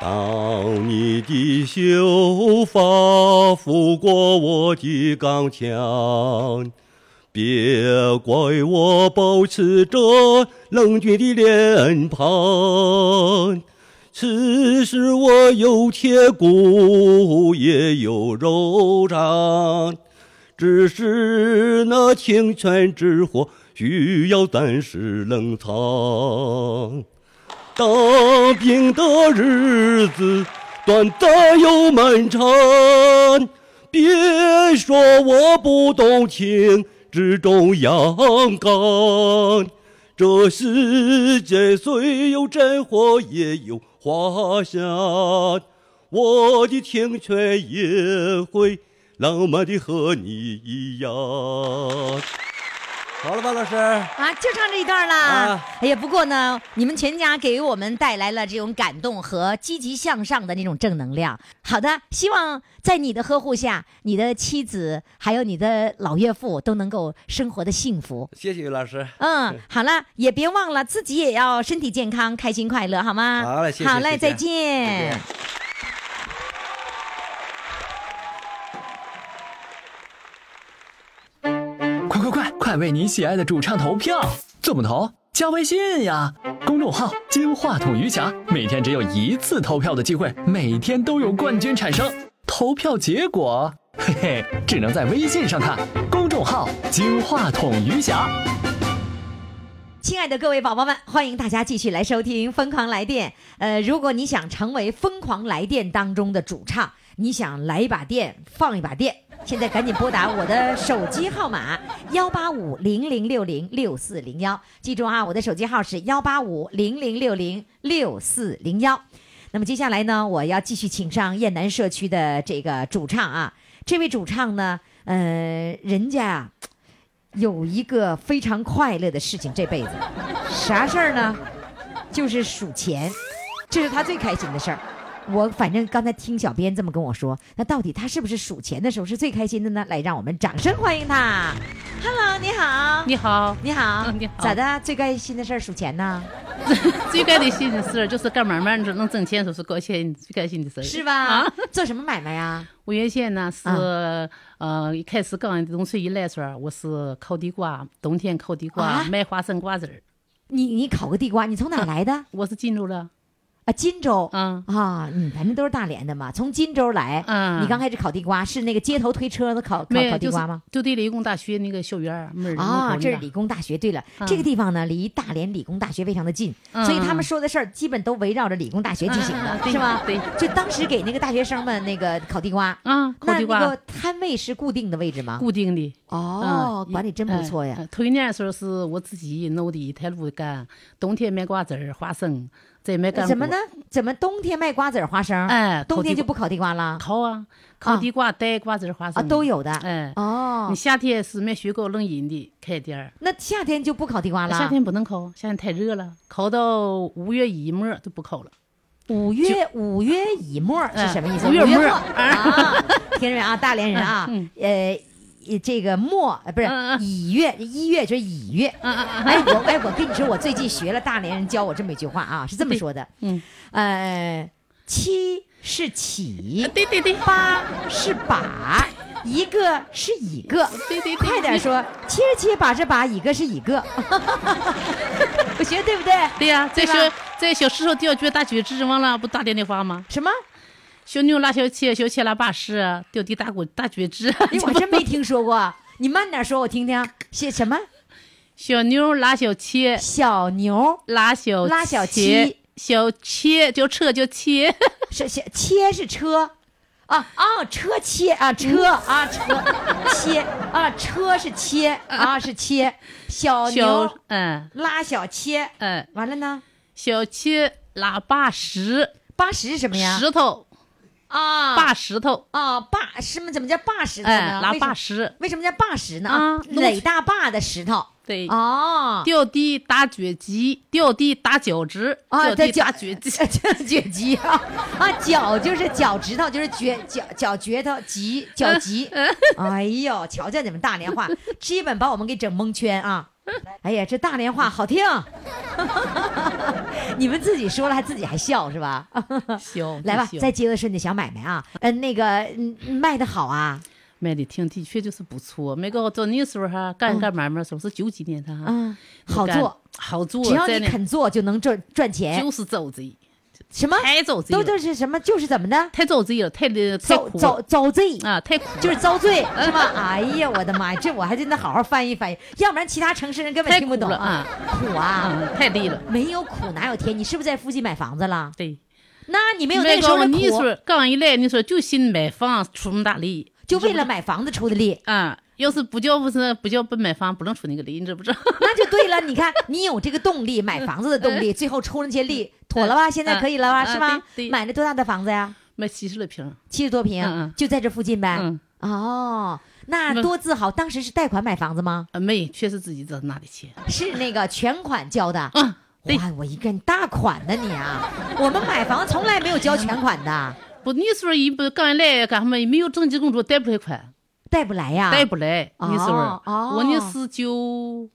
当你的秀发拂过我的钢枪，别怪我保持着冷峻的脸庞。此时我有铁骨，也有柔肠，只是那青春之火需要暂时冷藏。当兵的日子短暂又漫长，别说我不懂情之中阳刚。这世界虽有真火，也有花香。我的青春也会浪漫的和你一样。好了吧，老师？
啊，就唱这一段啦。
啊
哎呀，不过呢，你们全家给我们带来了这种感动和积极向上的那种正能量。好的，希望在你的呵护下，你的妻子还有你的老岳父都能够生活的幸福。
谢谢于老师。
嗯，好了，也别忘了自己也要身体健康、开心快乐，好吗？
好嘞谢谢
好嘞，
谢谢
再
再
见。
快快快，快为你喜爱的主唱投票！怎么投？加微信呀，公众号“金话筒余霞”，每天只有一次投票的机会，每天都有冠军产生。投票结果，嘿嘿，只能在微信上看。公众号“金话筒余霞”。
亲爱的各位宝宝们，欢迎大家继续来收听《疯狂来电》。呃，如果你想成为《疯狂来电》当中的主唱，你想来一把电，放一把电，现在赶紧拨打我的手机号码幺八五零零六零六四零幺，记住啊，我的手机号是幺八五零零六零六四零幺。那么接下来呢，我要继续请上燕南社区的这个主唱啊，这位主唱呢，呃，人家啊有一个非常快乐的事情，这辈子啥事儿呢？就是数钱，这是他最开心的事儿。我反正刚才听小编这么跟我说，那到底他是不是数钱的时候是最开心的呢？来，让我们掌声欢迎他。Hello，你好，
你好，
你好，
嗯你好
咋的？最开心的事儿数钱呢？
最开心的事儿就是干买卖的时候能挣钱，是高兴最开心的事儿。
是吧？
啊，
做什么买卖啊嗯呀？
五原县呢是、呃，一开始刚农村一来时候，我是烤地瓜，冬天烤地瓜，
啊
卖花生瓜子儿。
你你烤个地瓜，你从哪儿来的？
我是进入了，
啊，荆州。
嗯
啊，嗯，反正都是大连的嘛，从荆州来。
嗯，
你刚开始烤地瓜是那个街头推车子烤烤
没有
烤地瓜吗？？
就对理工大学那个校园儿门儿
啊，
门口
这
那
是理工大学。对了，这个地方呢离大连理工大学非常的近，
嗯
所以他们说的事儿基本都围绕着理工大学进行
嗯嗯
的，
嗯
是吗？
对
就当时给那个大学生们那个烤地瓜，
啊，烤
那
地
那个
瓜
摊位是固定的位置吗？
固定的。
哦，
嗯
管理真不错呀。
哎哎头一年的时候是我自己弄的一台芦柑，冬天卖瓜子儿、花生，再卖干
怎么呢？？怎么冬天卖瓜子儿、花生，
哎，
冬天就
烤
不烤地瓜了
地瓜烤啊，烤地瓜、带瓜子儿、花
啊？
生
都。有的。
哎，
哦
你，夏天是卖雪糕、冷饮的开店儿，
那夏天就不烤地瓜了。
夏天不能烤，夏天太热了，烤到五月一末就不烤了。
五月五月乙末是什么意思？
哎五月末
啊， 听着没啊，大连人啊，呃，这个末呃不是
嗯嗯嗯
乙月，一月就是乙月。
啊啊啊！
哎，我哎，我跟你说，我最近学了大连人教我这么一句话啊，是这么说的，
嗯，
呃，七是起，
呃对对对，
八是把，一个是乙个，
对对对
快点说，七十七把是把，乙个是乙个， 我学得对不对？
对呀、在
吧
小在小石头吊脚大脚趾，忘了不打点的话吗？
什么？
小牛拉小切，小切拉巴士啊，吊地大骨大脚趾。
哎，我还真没听说过。你慢点说，我听听。写什么？
小牛拉小切，
小牛
拉小
拉小
切
七，
小切就车就切，
是写切是车，啊
哦
啊车切啊
嗯
车啊车切啊车是切啊是切，小
嗯小
牛
嗯
拉小切，
嗯，
完了呢？
小切拉把石
八十是什么呀？
石头，
啊
把石头，
啊霸什么怎么叫霸石头
哎，
呢？
拉
为什
把
么
石，
为什么叫霸石呢？
啊
啊，垒大坝的石头
对，
哦。
吊地打脚趾，吊地打脚趾，
啊，
吊
在
地
脚
打脚趾，
脚 趾啊啊，脚就是脚趾头，就是脚脚脚趾头急脚急。
嗯
哎呦，瞧瞧你们大连话，基本把我们给整蒙圈啊！哎呀，这大连话好听， 你们自己说了还自己还笑是吧？
小
来吧
小，
再接着说你的小买卖啊，嗯、那个嗯卖的好啊，
卖的挺的确就是不错。没个到那时候哈，干干买卖的时候是九几年的哈，
嗯，好
干
做，，
好啊做，
只要
在
你
那
肯做就能赚赚钱，
就是走贼，
什么
太走贼
都
了，
都是什么就是怎么的，
太走贼了，太太
遭
苦
遭
了
遭罪
啊，太苦了，
就是遭 罪，是吧？哎呀，我的妈呀，这我还真得好好翻译翻译，要不然其他城市人根本
太
听
苦
不懂
了！啊
苦啊，
啊，太累了。
没有苦哪有甜？你是不是在附近买房子了？
对，
那你没
没
有那个时候的
你
苦，
说刚一来，你说就心买房出那么大力，
就为了买房子出的力，
啊，要是不叫不是不叫不买房，不能出那个力，你知不知道？
那就对了。你看，你有这个动力，买房子的动力，最后出那些力，妥了吧？现在可以了吧？
嗯
是吧
对对？
买了多大的房子呀？
买七十来平，
七十多
嗯
平
嗯，
就在这附近呗。
嗯，
哦，那
那
多自豪！当时是贷款买房子吗？
啊没，确实自己挣拿的钱，
是那个全款交的。
嗯，对，
哇，我一看大款呢你 啊！我们买房从来没有交全款的，
不，你说一不刚一来干什么？没有正经工作，贷不来款，
贷不来呀。
贷不来。
哦
你说
哦
我那是九，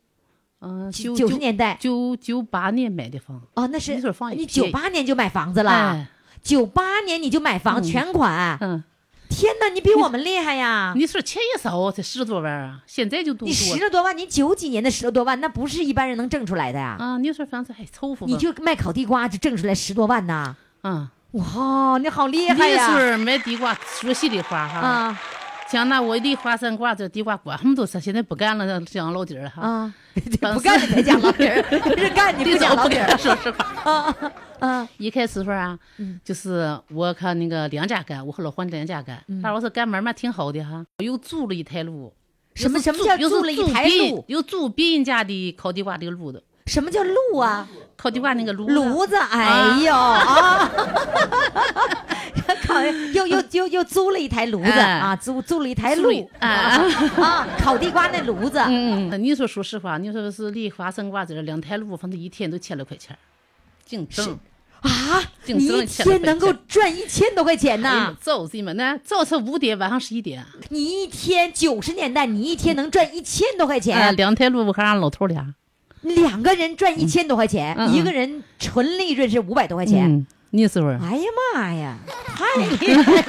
嗯，
九
九
九十年代
九九八年买的房，
哦，那是
那时候房也
你
便
九
宜
八年就买房子了，
哎，
九八年你就买房
嗯
全款，
嗯，
天哪，你比我们厉害呀！
你说钱也少，才十多万啊，现在就多
你
多
十
了
了多万，你九几年的十了多万，那不是一般人能挣出来的呀！
啊。你说反正还凑合吧，
你就卖烤地瓜就挣出来十多万呐！
啊，
哦哇，你好厉害
那时
呀！
候买地瓜，说心里话哈，
啊，
想那我一粒花三挂这地瓜管他们都是现在不干了，想老底儿哈。
啊，
当
不
时
干你才讲老底儿， 是干你不讲老底儿。
说 实话。
啊啊
一开始份儿啊，就是我看那个两家干，我和老黄两家干，
嗯
大伙说干买卖挺好的哈，又租了一台路。
什么
又
什
是
么叫
又是
租了一台
别人
路？
又租别人家的烤地瓜这个路子，
什么叫路啊？
烤地瓜那个炉子
炉子，哎呦 啊！烤 又又又又租了一台炉子
哎
啊，租租了一台
租了一
路啊 啊，烤地瓜那炉子，
嗯，嗯，你说说实话，你说是离花生瓜子儿两台路，反正一天都千来块钱儿，净挣
啊，
净
你
挣
一
了千来
天
块
能够
钱
赚一千多块钱
哎
呐
呀！早是么呢？早晨五点，晚上十一点。啊
你一天九十年代，你一天能赚一千多块
哎，
钱，
两台路我还让老头儿俩。
两个人赚一千多块钱，
嗯嗯
一个人纯利润是五百多块钱。
嗯，那时候啊，
哎呀妈呀，太厉害了！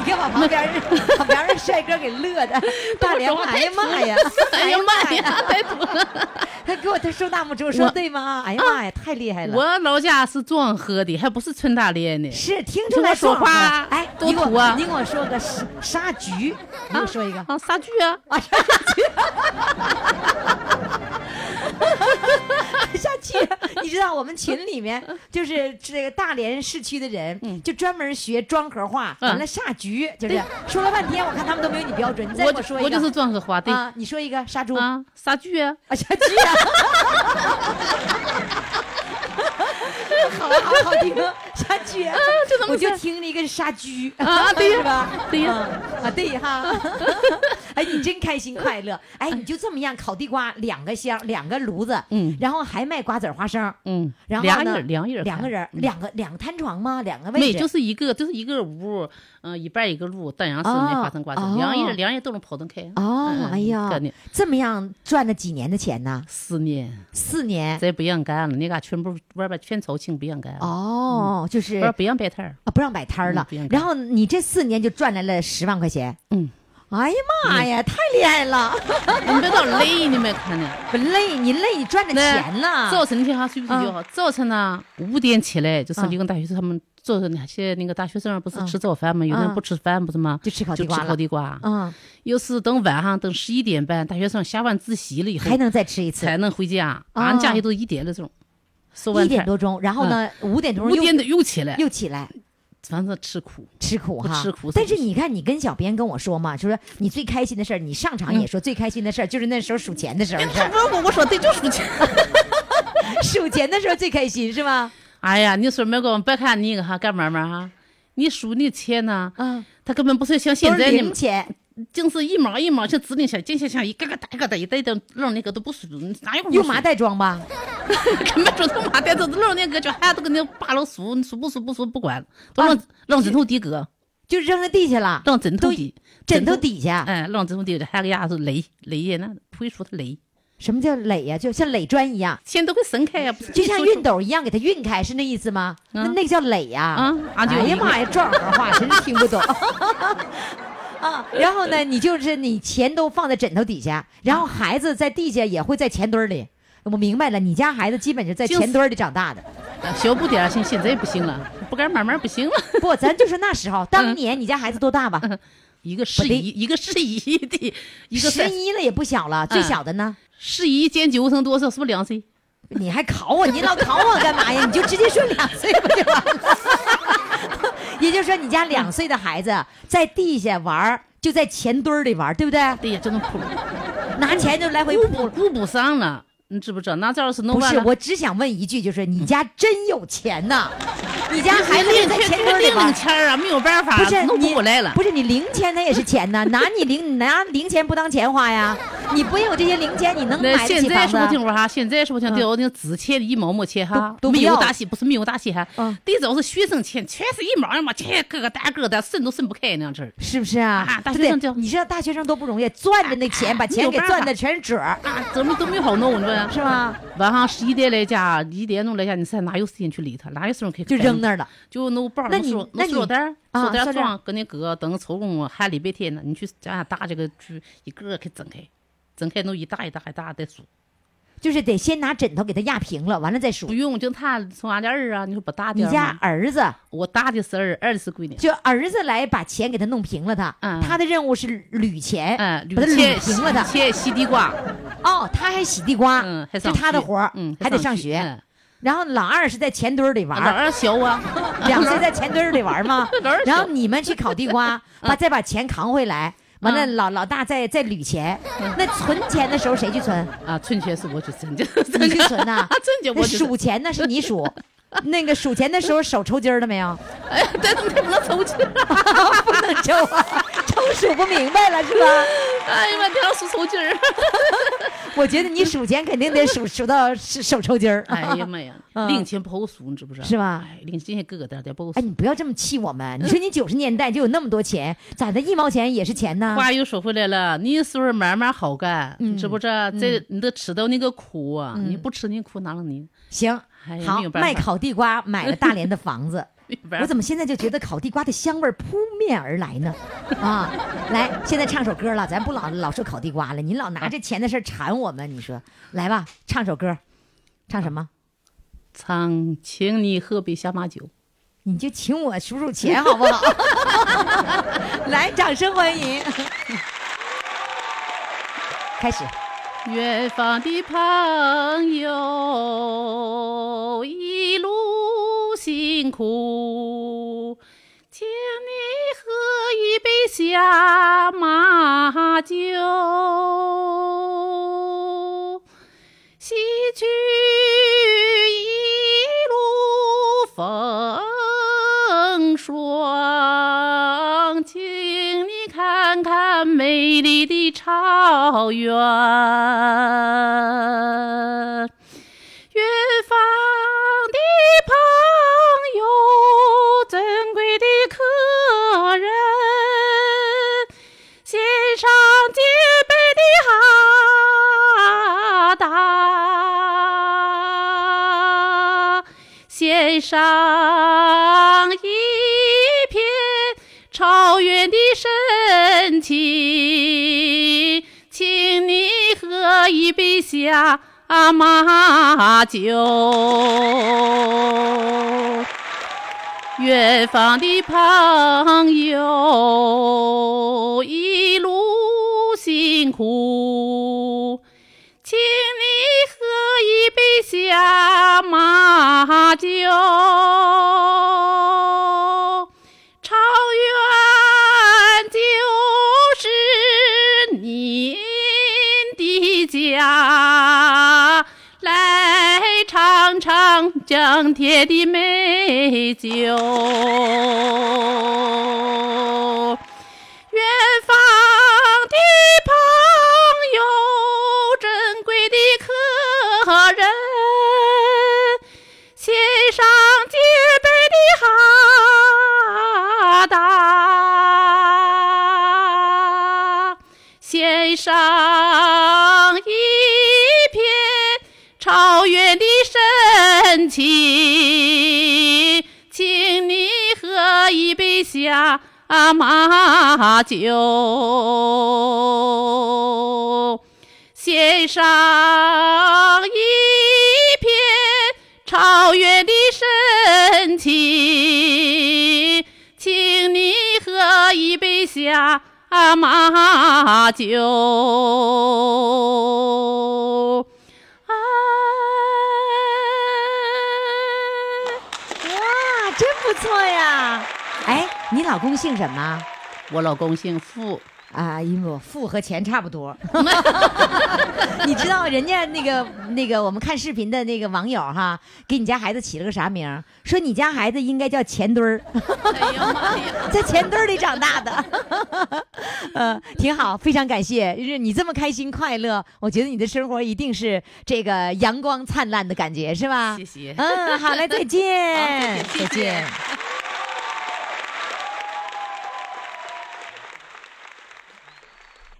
你看把旁边儿旁边儿的帅哥给乐 的，大连话，哎呀妈呀，
哎呀妈呀，太土了！
他 给我他竖大拇指，我说
我啊
对吗？哎呀妈呀，太厉害了！
我老家是庄河的，还不是纯大连的。
是听出
听
来
我说
爽快
话
哎，
多
你给
土
我
啊
你给我说个杀杀局，你给我说一个
啊，啥剧啊？
啊，杀 局。下去，你知道我们群里面
嗯
就是这个大连市区的人，就专门学庄河话，
嗯
完了下局，就是说了半天，我看他们都没有你标准。你再
我
给
就
说
我
一个
就是庄河话，对
啊，你说一个杀猪啊，
啊，啥剧啊？
杀猪呀，好好好听，杀猪呀，
这怎么
我就
讲
听了一个杀猪
啊对呀
是吧？
对呀
嗯啊，对哈。哎，你真开心快乐。哎，你就这么样烤地瓜，两个箱，两个炉子，
嗯
然后还卖瓜子儿花生，
嗯，
然后
两
呢
人两人
两个
看
人，两个两个摊床吗？两个位
没，
置，
就是一个，就是一个屋，嗯，一半一个路，丹阳市那花生瓜子
哦，
两
哦
人两人都能跑得开。
哦
嗯，
哎呀
干的，
这么样赚了几年的钱呢？
四年，
四年。
再不让干了，那嘎全部外边全朝庆不让干了，
哦，就是
外边不让摆摊儿。
啊，不让摆摊儿了
嗯不让。摆
然后你这四年就赚来了十万块钱。
嗯，
哎呀妈呀，太厉害了！
你别到累，你没看呢。
不累，你累，你赚着
那
钱嗯了
早。晨你听哈睡不睡觉啊？早晨呢五点起来，就是理工大学生他们早晨那些那个大学生不是
嗯
吃早饭吗？有
嗯
人不吃饭不是吗？
就吃烤地
就吃
瓜了
烤地瓜。
嗯，
要是等晚上等十一点半，大学生下完自习了以后
还能再吃一次，
才能回家。
哦
俺家也都一点了钟，收
一
完
点
菜
多钟，然后呢，五点多
嗯五
钟
点
又
的又起来，
又起来
反正吃苦。
吃苦
不
哈，
吃苦
但
是
是
不
你看，你跟小编跟我说嘛，就说你最开心的事儿，你上场
嗯
也说最开心的事儿就是那时候数钱的时候
哎
的事儿，
问我，我说对，就数钱。
数钱的时候最开心是吗？
哎呀，你说没个，别看你那个哈干嘛嘛哈，你数那钱呢，
嗯，
他根本不是像
都
现
是
在你
零
们
钱，
净是一毛一毛像指定像就像像一个个大一个的一袋的扔那个都不数，哪有不数
用麻？袋装吧？
根本说都麻袋，都扔那个叫孩子跟那扒拉数，数不数不数不管，都扔扔枕头底搁，
啊就扔在地下了，
扔枕头
都
底，
枕头底下。
哎，扔枕头底，还给伢子垒垒呀，那不会说他垒，
什么叫垒呀、就像垒砖一样，
钱都会伸开呀，不是
就像
说
熨斗一样，给它熨开，是那意思吗？那那个叫垒呀、
啊啊，就
哎呀妈呀，这儿话真是听不懂。 啊，然后呢，你就是你钱都放在枕头底下，然后孩子在地下也会在钱堆儿里。我明白了，你家孩子基本就在
就是
钱堆儿里长大的。
小不点儿，现现在不行了，不敢慢慢不行了。
不，咱就说那时 候，当年你家孩子多大吧？
嗯一个十
得
一，一个十一的，一
十
个三嗯
一了也不小了，最小的呢？
十一减九成多少？是不是两岁？
你还考我？你老考我干嘛呀？你就直接说两岁不就完了？也就是说，你家两岁的孩子在地下玩儿，就在钱堆儿里玩儿，对不对？
对呀，这能扑了，
拿钱就来回
顾
扑
不
了。
顾不上了，你知不知道？那这要是弄
不
完
是，
了，
我只想问一句，就是你家真有钱 呐、你家孩子
零
在
钱
钱堆儿里
零
玩
零
儿。
钱儿啊，没有办法，
不是
弄
你
不过来了。
不是你零钱它也是钱呐、拿你零 拿零钱不当钱花呀？你不有这些零钱，你能
那
买得
现
起
在
房
说不
子嗯
听？我哈，现在说不听，对我那纸钱一毛没钱哈，
都都不
没有
要
大些，不是没有大些哈
嗯，
最早是学生钱，全是一毛一毛钱，个个大个的，伸都伸不开那样子儿
是不是啊？
啊大
对不对
学生就
你知道大学生多不容易，攥着那钱，把
没
钱
有
给
办
攥
法
的全是褶儿，
啊，怎么都没好弄，你说？
是吗？
晚上十一点来家，一点钟来家，你现在哪有时间去理他？哪有时间可以
就扔那儿了。
就弄包，
那
弄
你
塑
那
弄塑料
你
袋儿，
啊
塑料袋
塑料
儿 装，跟那哥等抽工还礼拜天呢，你去咱俩搭这个局，一个个给整开，整开弄一大一大一大再数，
就是得先拿枕头给它压平了，完了再数
不。用，就他从俺家儿啊，你说不大
你
点儿
家
吗？
儿子
我大的是二，二的是闺女。
就儿子来把钱给他弄平了他，
嗯
他的任务是捋钱，
嗯，
把它
切
捋平了他。
切西地瓜，
哦，他还洗地瓜，
嗯，还
是
上
他的
学
活儿，
嗯，
还得上学。
嗯
然后老二是在钱堆儿里玩
老
儿，
二小啊，
两岁在钱堆儿里玩儿吗？
老二嗯
然后
小
你们去烤地 瓜，把再把钱扛回
嗯
来，完了老老大再再捋钱。那存钱的时候谁去存？
啊，春节是我就真的，
你去存 呐
春节
那
我就
数钱那是你数， 那个数钱的时候手抽筋儿了没有？
哎，对对对，不能抽筋。
不能抽啊，抽数不明白了是吧？
哎呀妈，天上数抽筋儿。
我觉得你数钱肯定得数数到手手抽筋儿。嗯
哎呀 妈呀，零钱不好数，你知不知道？
是吧
哎，零钱疙疙瘩瘩不好
哎，
数。
你不要这么气我们！你说你九十年代就有那么多钱，咋的？一毛钱也是钱呢？
话又说回来了，你岁数慢慢好干，
嗯
你知不知道？这你得吃到那个苦啊，你不吃那苦哪能呢？
行
哎，呀
好
没有，办法
卖烤地瓜买了大连的房子。我怎
么
么现在就觉得烤地瓜的香味儿扑面而来呢？啊，来，现在唱首歌了，咱不老老说烤地瓜了，您老拿这钱的事儿缠我们，你说来吧，唱首歌，唱什么？
常 请你喝杯下马酒？
你就请我数数钱好不好？ 来，啊掌声欢迎，开始。
远方的朋友，一路辛苦，请你喝一杯下马酒，洗去一路风霜，请你看看美丽的草原。远方的朋友，珍贵的客人，献上洁白的哈达，献上一片草原的深情，请你喝一杯下马酒。远方的朋友，一路辛苦，请你喝一杯下马酒。草原就是您的家，来尝尝江天的美酒。远方的朋友，珍贵的客人，献上洁白的哈达，献上一片草原的深情，请你喝一杯下马酒。献上一片草原的深情，请你喝一杯下马酒。哎
哇，真不错呀！哎，你老公姓什么啊？
我老公姓付，
啊，因为我富和钱差不多。 你知道人家那个那个我们看视频的那个网友哈，给你家孩子起了个啥名儿？说你家孩子应该叫钱堆儿，在钱堆儿里长大的。 呃，挺好，非常感谢，就是你这么开心快乐，我觉得你的生活一定是这个阳光灿烂的感觉，是吧？
谢谢
嗯，好嘞，再见，
好再见谢谢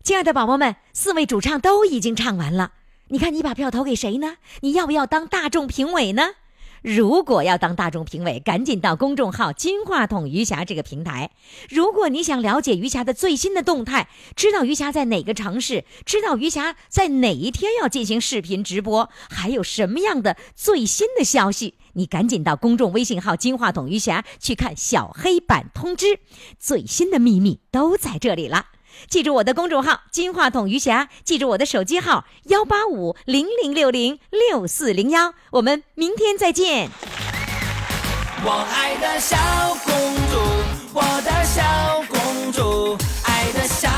亲爱的宝宝们，四位主唱都已经唱完了，你看你把票投给谁呢？你要不要当大众评委呢？如果要当大众评委，赶紧到公众号“金话筒余霞”这个平台。如果你想了解余霞的最新的动态，知道余霞在哪个城市，知道余霞在哪一天要进行视频直播，还有什么样的最新的消息，你赶紧到公众微信号“金话筒余霞”去看小黑板通知，最新的秘密都在这里了。记住我的公众号“金话筒余霞”，记住我的手机号幺八五零零六零六四零幺。我们明天再见。
我爱的小公主，我的小公主，爱的小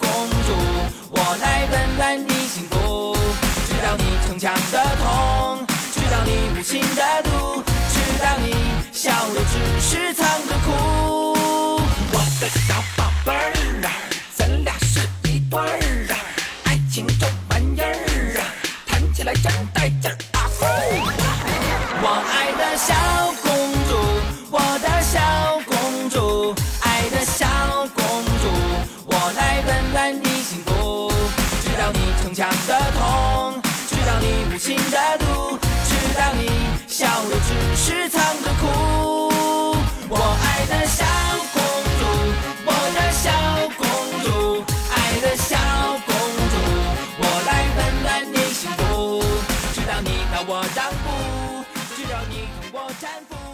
公主，我来温暖你幸福。知道你逞强的痛，知道你无情的毒，知道你笑的只是藏着哭。我的小宝贝儿啊，咱俩是一对儿啊，爱情这玩意儿啊，谈起来真带劲儿啊！呼。我爱的小公主，我的小公主，爱的小公主，我来温暖你幸福。知道你逞强的痛，知道你无情的毒，知道你笑的只是藏着哭。我爱的小公主，我的小公主，爱的小公主，我来温暖你幸福。知道你拿我让步，知道你同我搀扶。